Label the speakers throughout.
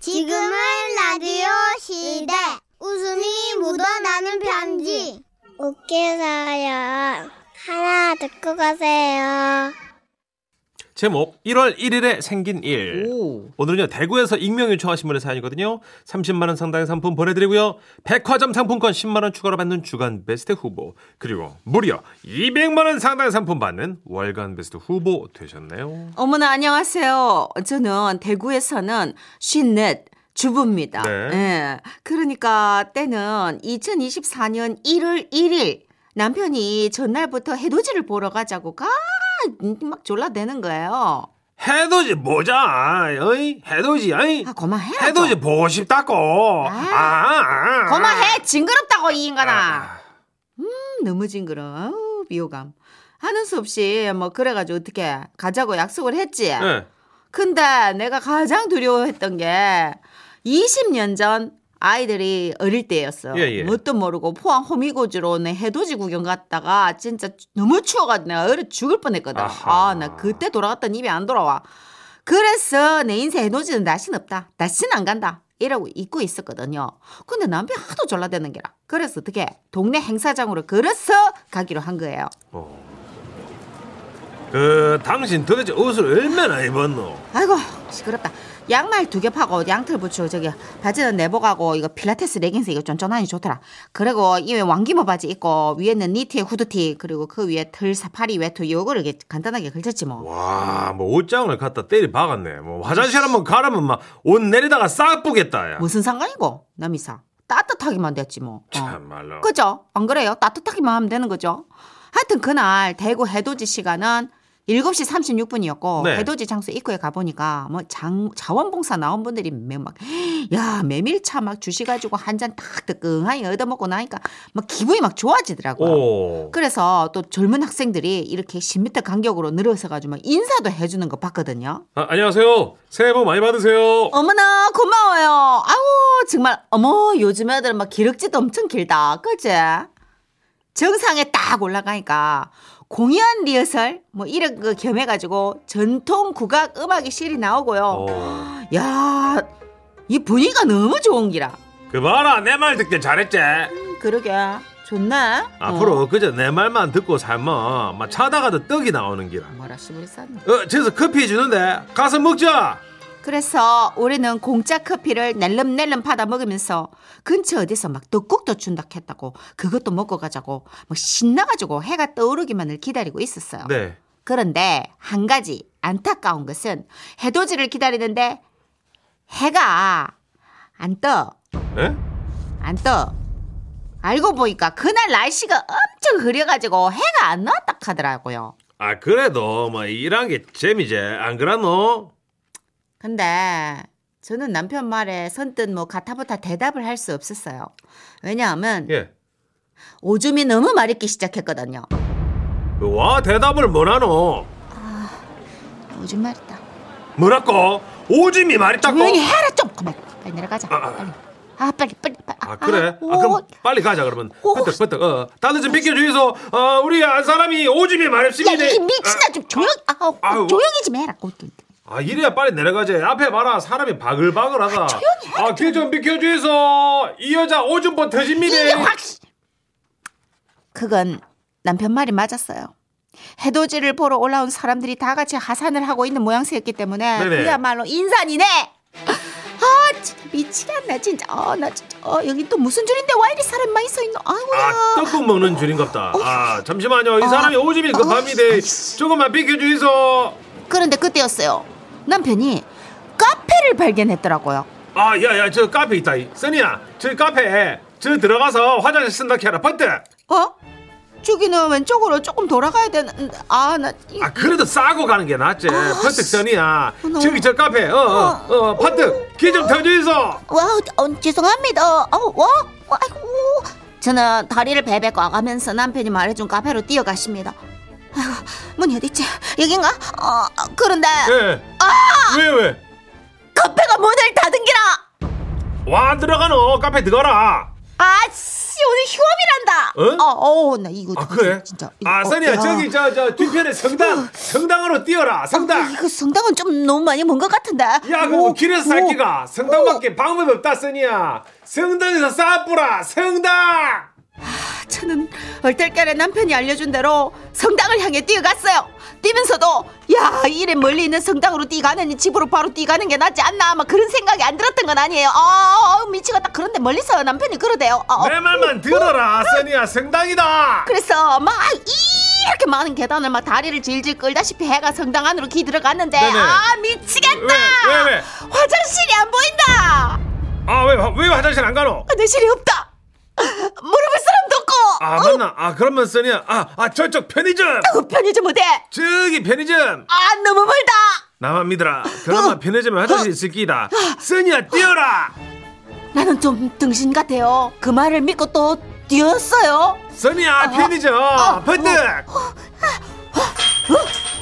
Speaker 1: 지금은 라디오 시대. 웃음이 묻어나는 편지. 웃겨서요. 하나 듣고 가세요.
Speaker 2: 제목 1월 1일에 생긴 일.
Speaker 3: 오.
Speaker 2: 오늘은요 대구에서 익명 요청하신 분의 사연이거든요. 30만 원 상당의 상품 보내드리고요. 백화점 상품권 10만 원 추가로 받는 주간 베스트 후보 그리고 무려 200만 원 상당의 상품 받는 월간 베스트 후보 되셨네요.
Speaker 3: 어머나 안녕하세요. 저는 대구에 사는 신넷 주부입니다.
Speaker 2: 네.
Speaker 3: 예. 그러니까 때는 2024년 1월 1일 남편이 전날부터 해돋이를 보러 가자고 가막 졸라대는 거예요.
Speaker 2: 해돋이 보자. 어이 해돋이. 어이
Speaker 3: 아 그만해.
Speaker 2: 해돋이 뭐. 보고 싶다고.
Speaker 3: 아.
Speaker 2: 아, 아, 아.
Speaker 3: 그만해. 징그럽다고 이 인간아. 음,
Speaker 2: 아,
Speaker 3: 너무 징그러. 아우, 비호감. 하는 수 없이 뭐 그래가지고 어떻게 가자고 약속을 했지.
Speaker 2: 아. 네.
Speaker 3: 근데 내가 가장 두려워했던 게 20년 전 아이들이 어릴 때였어.
Speaker 2: 예, 예.
Speaker 3: 뭣도 모르고 포항 호미곶으로 내 해돋이 구경 갔다가 진짜 너무 추워가지고 내가 얼어 죽을 뻔했거든.
Speaker 2: 아하.
Speaker 3: 아, 나 그때 돌아갔던 입이 안 돌아와. 그래서 내 인생 해돋이는 다신 없다. 다신 안 간다. 이러고 잊고 있었거든요. 근데 남편이 하도 졸라대는 게라. 그래서 어떻게 해? 동네 행사장으로 걸어서 가기로 한 거예요.
Speaker 2: 뭐. 그 당신 도대체 옷을 얼마나 입었노?
Speaker 3: 아이고 시끄럽다. 양말 두 개 파고 양털 붙이고 저기 바지는 내복하고 이거 필라테스 레깅스 이거 쫀쫀하니 좋더라. 그리고 이외 왕기모 바지 입고 위에는 니트에 후드티 그리고 그 위에 털 사파리 외투 요거를 이렇게 간단하게 걸쳤지 뭐.
Speaker 2: 와, 뭐 옷장을 갖다 때리 박았네. 뭐 화장실 한번 가라면 막 옷 내리다가 싹 뿌겠다. 야.
Speaker 3: 무슨 상관이고 남이사 따뜻하기만 됐지 뭐. 어.
Speaker 2: 참말로.
Speaker 3: 그죠? 안 그래요? 따뜻하기만 하면 되는 거죠. 하여튼 그날 대구 해돋이 시간은 7시 36분이었고
Speaker 2: 네.
Speaker 3: 해돋이 장소 입구에 가보니까 뭐 장, 자원봉사 나온 분들이 막야 메밀차 막 주시 가지고 한 잔 딱 뜨끈하게 얻어먹고 나니까 막 기분이 막 좋아지더라고요.
Speaker 2: 오.
Speaker 3: 그래서 또 젊은 학생들이 이렇게 10m 간격으로 늘어서가지고 막 인사도 해주는 거 봤거든요.
Speaker 2: 아, 안녕하세요. 새해 복 많이 받으세요.
Speaker 3: 어머나 고마워요. 아우 정말 어머 요즘 애들은 막 기럭지도 엄청 길다. 그치? 정상에 딱 올라가니까 공연 리허설 뭐 이런 거 겸해가지고 전통 국악 음악이 실이 나오고요.
Speaker 2: 오.
Speaker 3: 야, 이 분위기가 너무 좋은 기라.
Speaker 2: 그 봐라 내 말 듣길 잘했지.
Speaker 3: 그러게 좋네.
Speaker 2: 앞으로
Speaker 3: 어.
Speaker 2: 그저 내 말만 듣고 살면 막 차다가도 떡이 나오는 기라.
Speaker 3: 어. 뭐라 시부리 쌌네.
Speaker 2: 어, 저기서 커피 주는데 가서 먹자.
Speaker 3: 그래서 우리는 공짜 커피를 낼름낼름 받아 먹으면서 근처 어디서 막 떡국도 준다 했다고 그것도 먹고 가자고 막 신나가지고 해가 떠오르기만을 기다리고 있었어요.
Speaker 2: 네.
Speaker 3: 그런데 한 가지 안타까운 것은 해돋이를 기다리는데 해가 안 떠.
Speaker 2: 에?
Speaker 3: 안 떠. 알고 보니까 그날 날씨가 엄청 흐려가지고 해가 안 나왔다 하더라고요.
Speaker 2: 아 그래도 뭐 일한 게 재미지 안 그러노?
Speaker 3: 근데 저는 남편 말에 선뜻 뭐 가타부타 대답을 할 수 없었어요. 왜냐하면
Speaker 2: 예.
Speaker 3: 오줌이 너무 마렵기 시작했거든요.
Speaker 2: 그 와 대답을 뭐라노?
Speaker 3: 오줌 마렵다.
Speaker 2: 아, 뭐라고? 오줌이 말이 딱
Speaker 3: 조용히 해라 좀. 그만. 빨리 내려가자.
Speaker 2: 어. 아, 아.
Speaker 3: 빨리. 아 빨리 빨리. 빨리.
Speaker 2: 아 그래? 아,
Speaker 3: 오.
Speaker 2: 그럼 빨리 가자 그러면.
Speaker 3: 오.
Speaker 2: 버떡 버떡. 어, 다들 좀 비켜주이소. 어, 우리 안 사람이 오줌이
Speaker 3: 야,
Speaker 2: 말입니다.
Speaker 3: 이 미친아 좀 조용히. 아,
Speaker 2: 아우.
Speaker 3: 조용히 좀 해라. 꼭 좀.
Speaker 2: 아 이래야 빨리 내려가지. 앞에 봐라 사람이 바글바글하다. 아길 좀 비켜주이소. 이 여자 오줌 버
Speaker 3: 이게
Speaker 2: 터집니다.
Speaker 3: 확. 그건 남편 말이 맞았어요. 해돋이를 보러 올라온 사람들이 다 같이 하산을 하고 있는 모양새였기 때문에
Speaker 2: 네네.
Speaker 3: 그야말로 인산이네. 아, 진짜 미치겠네 진짜. 아, 나 진짜. 어, 여기 또 무슨 줄인데 와 이리 사람 많이 서 있노? 아우야.
Speaker 2: 아 떡국 먹는 줄인갑다. 아 잠시만요. 이
Speaker 3: 어. 아.
Speaker 2: 사람이 오줌이 급합니다.
Speaker 3: 아이씨.
Speaker 2: 조금만 비켜주이소.
Speaker 3: 그런데 그때였어요. 남편이 카페를 발견했더라고요.
Speaker 2: 아 야야 저 카페 있다. 이. 써니야 저 카페에 저 들어가서 화장실 쓴다 캐라 버떡.
Speaker 3: 어? 저기는 왼쪽으로 조금 돌아가야 되는. 아, 나 이-
Speaker 2: 아 그래도 싸고 가는 게 낫지 퍼뜩 전이야
Speaker 3: 아, 어, 너무-
Speaker 2: 저기 저 카페 어어어
Speaker 3: 어.
Speaker 2: 퍼뜩 기좀 터주이소
Speaker 3: 와우, 어, 죄송합니다. 어, 와, 와, 아이고. 저는 다리를 베베 꽈가면서 남편이 말해준 카페로 뛰어가십니다. 아이고, 문이 어딨지? 여긴가? 어, 그런데
Speaker 2: 예.
Speaker 3: 아,
Speaker 2: 예왜왜
Speaker 3: 카페가 문을 닫은 기라!
Speaker 2: 와 들어가노 카페 들어가라
Speaker 3: 아씨, 오늘 휴업이란다!
Speaker 2: 어?
Speaker 3: 아, 어, 나 이거
Speaker 2: 아 그래?
Speaker 3: 진짜. 이거,
Speaker 2: 아
Speaker 3: 어,
Speaker 2: 써니야
Speaker 3: 야. 어.
Speaker 2: 저기 저 저 뒤편에 성당 성당으로 뛰어라 성당.
Speaker 3: 아, 이거 성당은 좀 너무 많이 먼 것 같은데.
Speaker 2: 야,
Speaker 3: 오,
Speaker 2: 그 길에서
Speaker 3: 오.
Speaker 2: 살기가
Speaker 3: 어.
Speaker 2: 성당밖에 방법이 없다, 써니야. 성당에서 싸뿌라, 성당!
Speaker 3: 저는 얼떨결에 남편이 알려준 대로 성당을 향해 뛰어갔어요. 뛰면서도 야 이래 멀리 있는 성당으로 뛰가느니 집으로 바로 뛰가는 게 낫지 않나 아마 그런 생각이 안 들었던 건 아니에요. 아 어, 미치겠다. 그런데 멀리서 남편이 그러대요. 아, 어.
Speaker 2: 내 말만 들어라, 써니야, 성당이다!
Speaker 3: 그래서 막 이렇게 많은 계단을 막 다리를 질질 끌다시피 해가 성당 안으로 기들어갔는데
Speaker 2: 네네.
Speaker 3: 아 미치겠다.
Speaker 2: 왜, 왜, 왜?
Speaker 3: 화장실이 안 보인다.
Speaker 2: 아, 왜, 왜 화장실 안 가노?
Speaker 3: 화장실이 없다. 물어볼 사람도 없고
Speaker 2: 아, 맞나? 아, 그러면 써니야, 아, 아, 저쪽 편의점!
Speaker 3: 어, 편의점 못해.
Speaker 2: 저기 편의점!
Speaker 3: 아 너무 멀다.
Speaker 2: 나만 믿어라. 그나마 편의점에 화장실 있을 끼다. 써니야, 뛰어라!
Speaker 3: 나는 좀 등신 같아요. 그 말을 믿고 또 뛰었어요.
Speaker 2: 써니야, 편의점! 번뜩!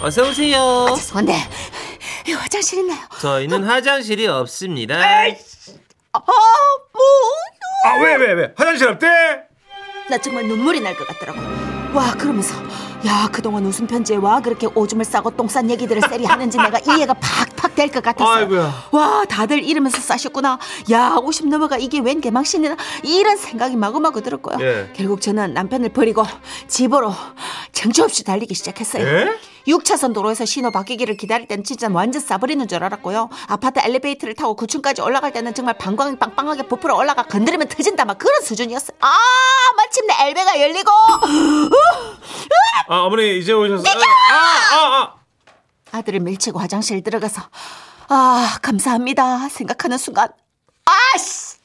Speaker 4: 어서오세요.
Speaker 3: 아, 죄송한데 이 화장실 있나요?
Speaker 4: 저희는 화장실이 없습니다.
Speaker 3: 아, 뭐?
Speaker 2: 아, 왜, 왜, 왜? 화장실 없대?
Speaker 3: 나 정말 눈물이 날 것 같더라고. 와 그러면서 야 그동안 웃음 편지에 와 그렇게 오줌을 싸고 똥 싼 얘기들을 쎄리 하는지 내가 이해가 팍팍 될 것 같았어요.
Speaker 2: 아이고야.
Speaker 3: 와 다들 이러면서 싸셨구나. 야50 넘어가 이게 웬 개망신이나 이런 생각이 마구마구 들었고요.
Speaker 2: 예.
Speaker 3: 결국 저는 남편을 버리고 집으로 정처 없이 달리기 시작했어요.
Speaker 2: 예?
Speaker 3: 6차선 도로에서 신호 바뀌기를 기다릴 때는 진짜 뭐 완전 싸버리는 줄 알았고요. 아파트 엘리베이터를 타고 9층까지 올라갈 때는 정말 방광이 빵빵하게 부풀어 올라가 건드리면 터진다 막 그런 수준이었어요. 아 마침내 엘베가 열리고
Speaker 2: 아, 어머니, 이제 오셨어요? 아, 아, 아!
Speaker 3: 아들을 밀치고 화장실 들어가서 아 감사합니다 생각하는 순간 아씨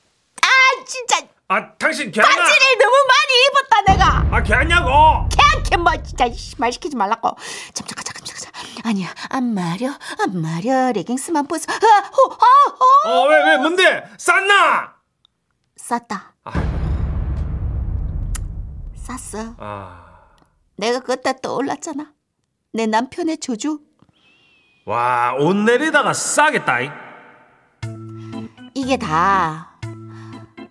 Speaker 3: 아 진짜
Speaker 2: 아, 당신 걔나
Speaker 3: 바지를 너무 많이 입었다 내가
Speaker 2: 아, 걔냐고!
Speaker 3: 개한개 뭐 진짜 이씨, 말 시키지 말라고 잠잠가자 잠잠가자 아니야 안 마려 안 마려 레깅스만 벗어 아호아호
Speaker 2: 어, 왜, 왜, 뭔데? 쌌나?
Speaker 3: 쌌다.
Speaker 2: 아.
Speaker 3: 쌌어.
Speaker 2: 아.
Speaker 3: 내가 그때 떠올랐잖아. 내 남편의 저주.
Speaker 2: 와, 옷 내리다가 싸겠다. 잉
Speaker 3: 이게 다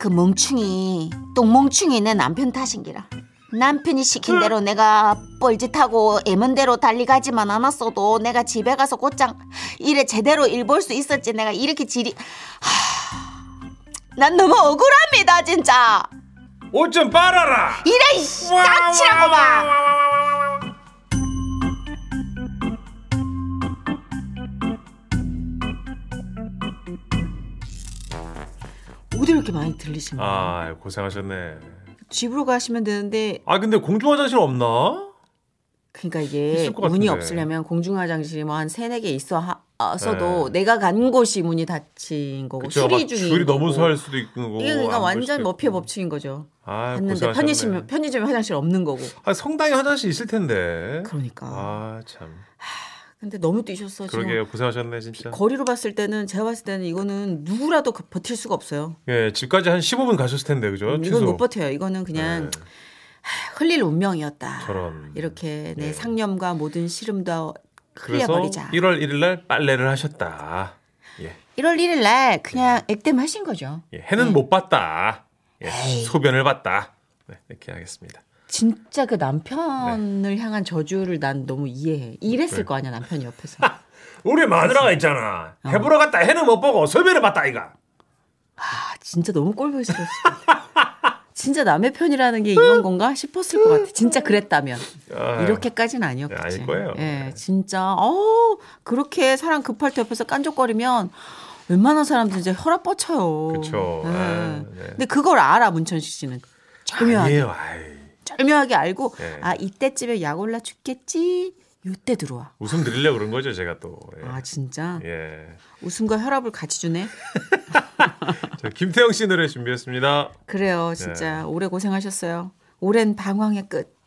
Speaker 3: 그 멍충이 똥멍충이 내 남편 탓인기라. 남편이 시킨 대로 내가 뻘짓하고 애먼대로 달리가지만 않았어도 내가 집에 가서 곧장 일에 제대로 일 볼 수 있었지 내가 이렇게 지리 하, 난 너무 억울합니다 진짜
Speaker 2: 옷 좀 빨아라!
Speaker 3: 이래 이씨
Speaker 2: 와,
Speaker 3: 닥치라고
Speaker 2: 와,
Speaker 3: 봐
Speaker 2: 와, 와, 와, 와, 와, 와.
Speaker 3: 어디 이렇게 많이 들리시나?
Speaker 2: 아, 고생하셨네.
Speaker 3: 집으로 가시면 되는데
Speaker 2: 아, 근데 공중 화장실 없나?
Speaker 3: 어, 그러니까 이게
Speaker 2: 있을 것
Speaker 3: 문이
Speaker 2: 같은데.
Speaker 3: 없으려면 공중 화장실이 뭐 한 세네 개 있어 하, 아, 써도 내가 간 곳이 문이 닫힌 거고
Speaker 2: 네. 그쵸, 막
Speaker 3: 수리 중인
Speaker 2: 줄이
Speaker 3: 거고.
Speaker 2: 너무 서할 수도 있고.
Speaker 3: 이게 그러니까
Speaker 2: 안
Speaker 3: 완전
Speaker 2: 볼 수도
Speaker 3: 머피의
Speaker 2: 있고.
Speaker 3: 법칙인 거죠.
Speaker 2: 아,
Speaker 3: 갔는데
Speaker 2: 고생하셨네.
Speaker 3: 편의점 편의점에 화장실 없는 거고.
Speaker 2: 아, 성당에 화장실 있을 텐데.
Speaker 3: 그러니까.
Speaker 2: 아, 참.
Speaker 3: 근데 너무 뛰셨어 지금.
Speaker 2: 그러게요. 고생하셨네, 진짜.
Speaker 3: 거리로 봤을 때는 제가 봤을 때는 이거는 누구라도 그- 버틸 수가 없어요.
Speaker 2: 예, 집까지 한 15분 가셨을 텐데, 그렇죠, 그죠?
Speaker 3: 음, 이건
Speaker 2: 최소.
Speaker 3: 못 버텨요. 이거는 그냥
Speaker 2: 네.
Speaker 3: 흘릴 운명이었다.
Speaker 2: 저런.
Speaker 3: 이렇게 내
Speaker 2: 예.
Speaker 3: 상념과 모든 시름도
Speaker 2: 그래서
Speaker 3: 흘려버리자.
Speaker 2: 1월 1일 날 빨래를 하셨다. 예.
Speaker 3: 1월 1일 날 그냥 액땜하신 거죠.
Speaker 2: 예, 해는 못 봤다. 예, 소변을 봤다. 네, 이렇게 하겠습니다.
Speaker 3: 진짜 그 남편을
Speaker 2: 네.
Speaker 3: 향한 저주를 난 너무 이해해. 이랬을 거 아니야 남편이 옆에서.
Speaker 2: 우리 마누라가 있잖아.
Speaker 3: 어.
Speaker 2: 해보러 갔다 해는 못 보고 소변을 봤다 이가.
Speaker 3: 아 진짜 너무 꼴보기 싫었을 것 같아. 진짜 남의 편이라는 게 이런 건가 싶었을 것 같아. 진짜 그랬다면
Speaker 2: 아유. 네,
Speaker 3: 이렇게까지는 아니었겠지.
Speaker 2: 아닐 거예요.
Speaker 3: 예, 진짜 어 그렇게 사람 급할 때 옆에서 깐족거리면 웬만한 사람들 이제 혈압 뻗쳐요.
Speaker 2: 그쵸.
Speaker 3: 예.
Speaker 2: 아, 네.
Speaker 3: 근데 그걸 알아 문천식 씨는. 절묘하게
Speaker 2: 아니에요. 예. 아이,
Speaker 3: 절묘하게 알고
Speaker 2: 네.
Speaker 3: 아 이때쯤에 약 올라 죽겠지. 요때 들어와.
Speaker 2: 웃음 드리려고 그런 거죠 제가 또. 예.
Speaker 3: 아 진짜
Speaker 2: 예.
Speaker 3: 웃음과 혈압을 같이 주네.
Speaker 2: 저 김태형 씨 노래 준비했습니다.
Speaker 3: 그래요, 진짜 오래 고생하셨어요. 오랜 방황의 끝.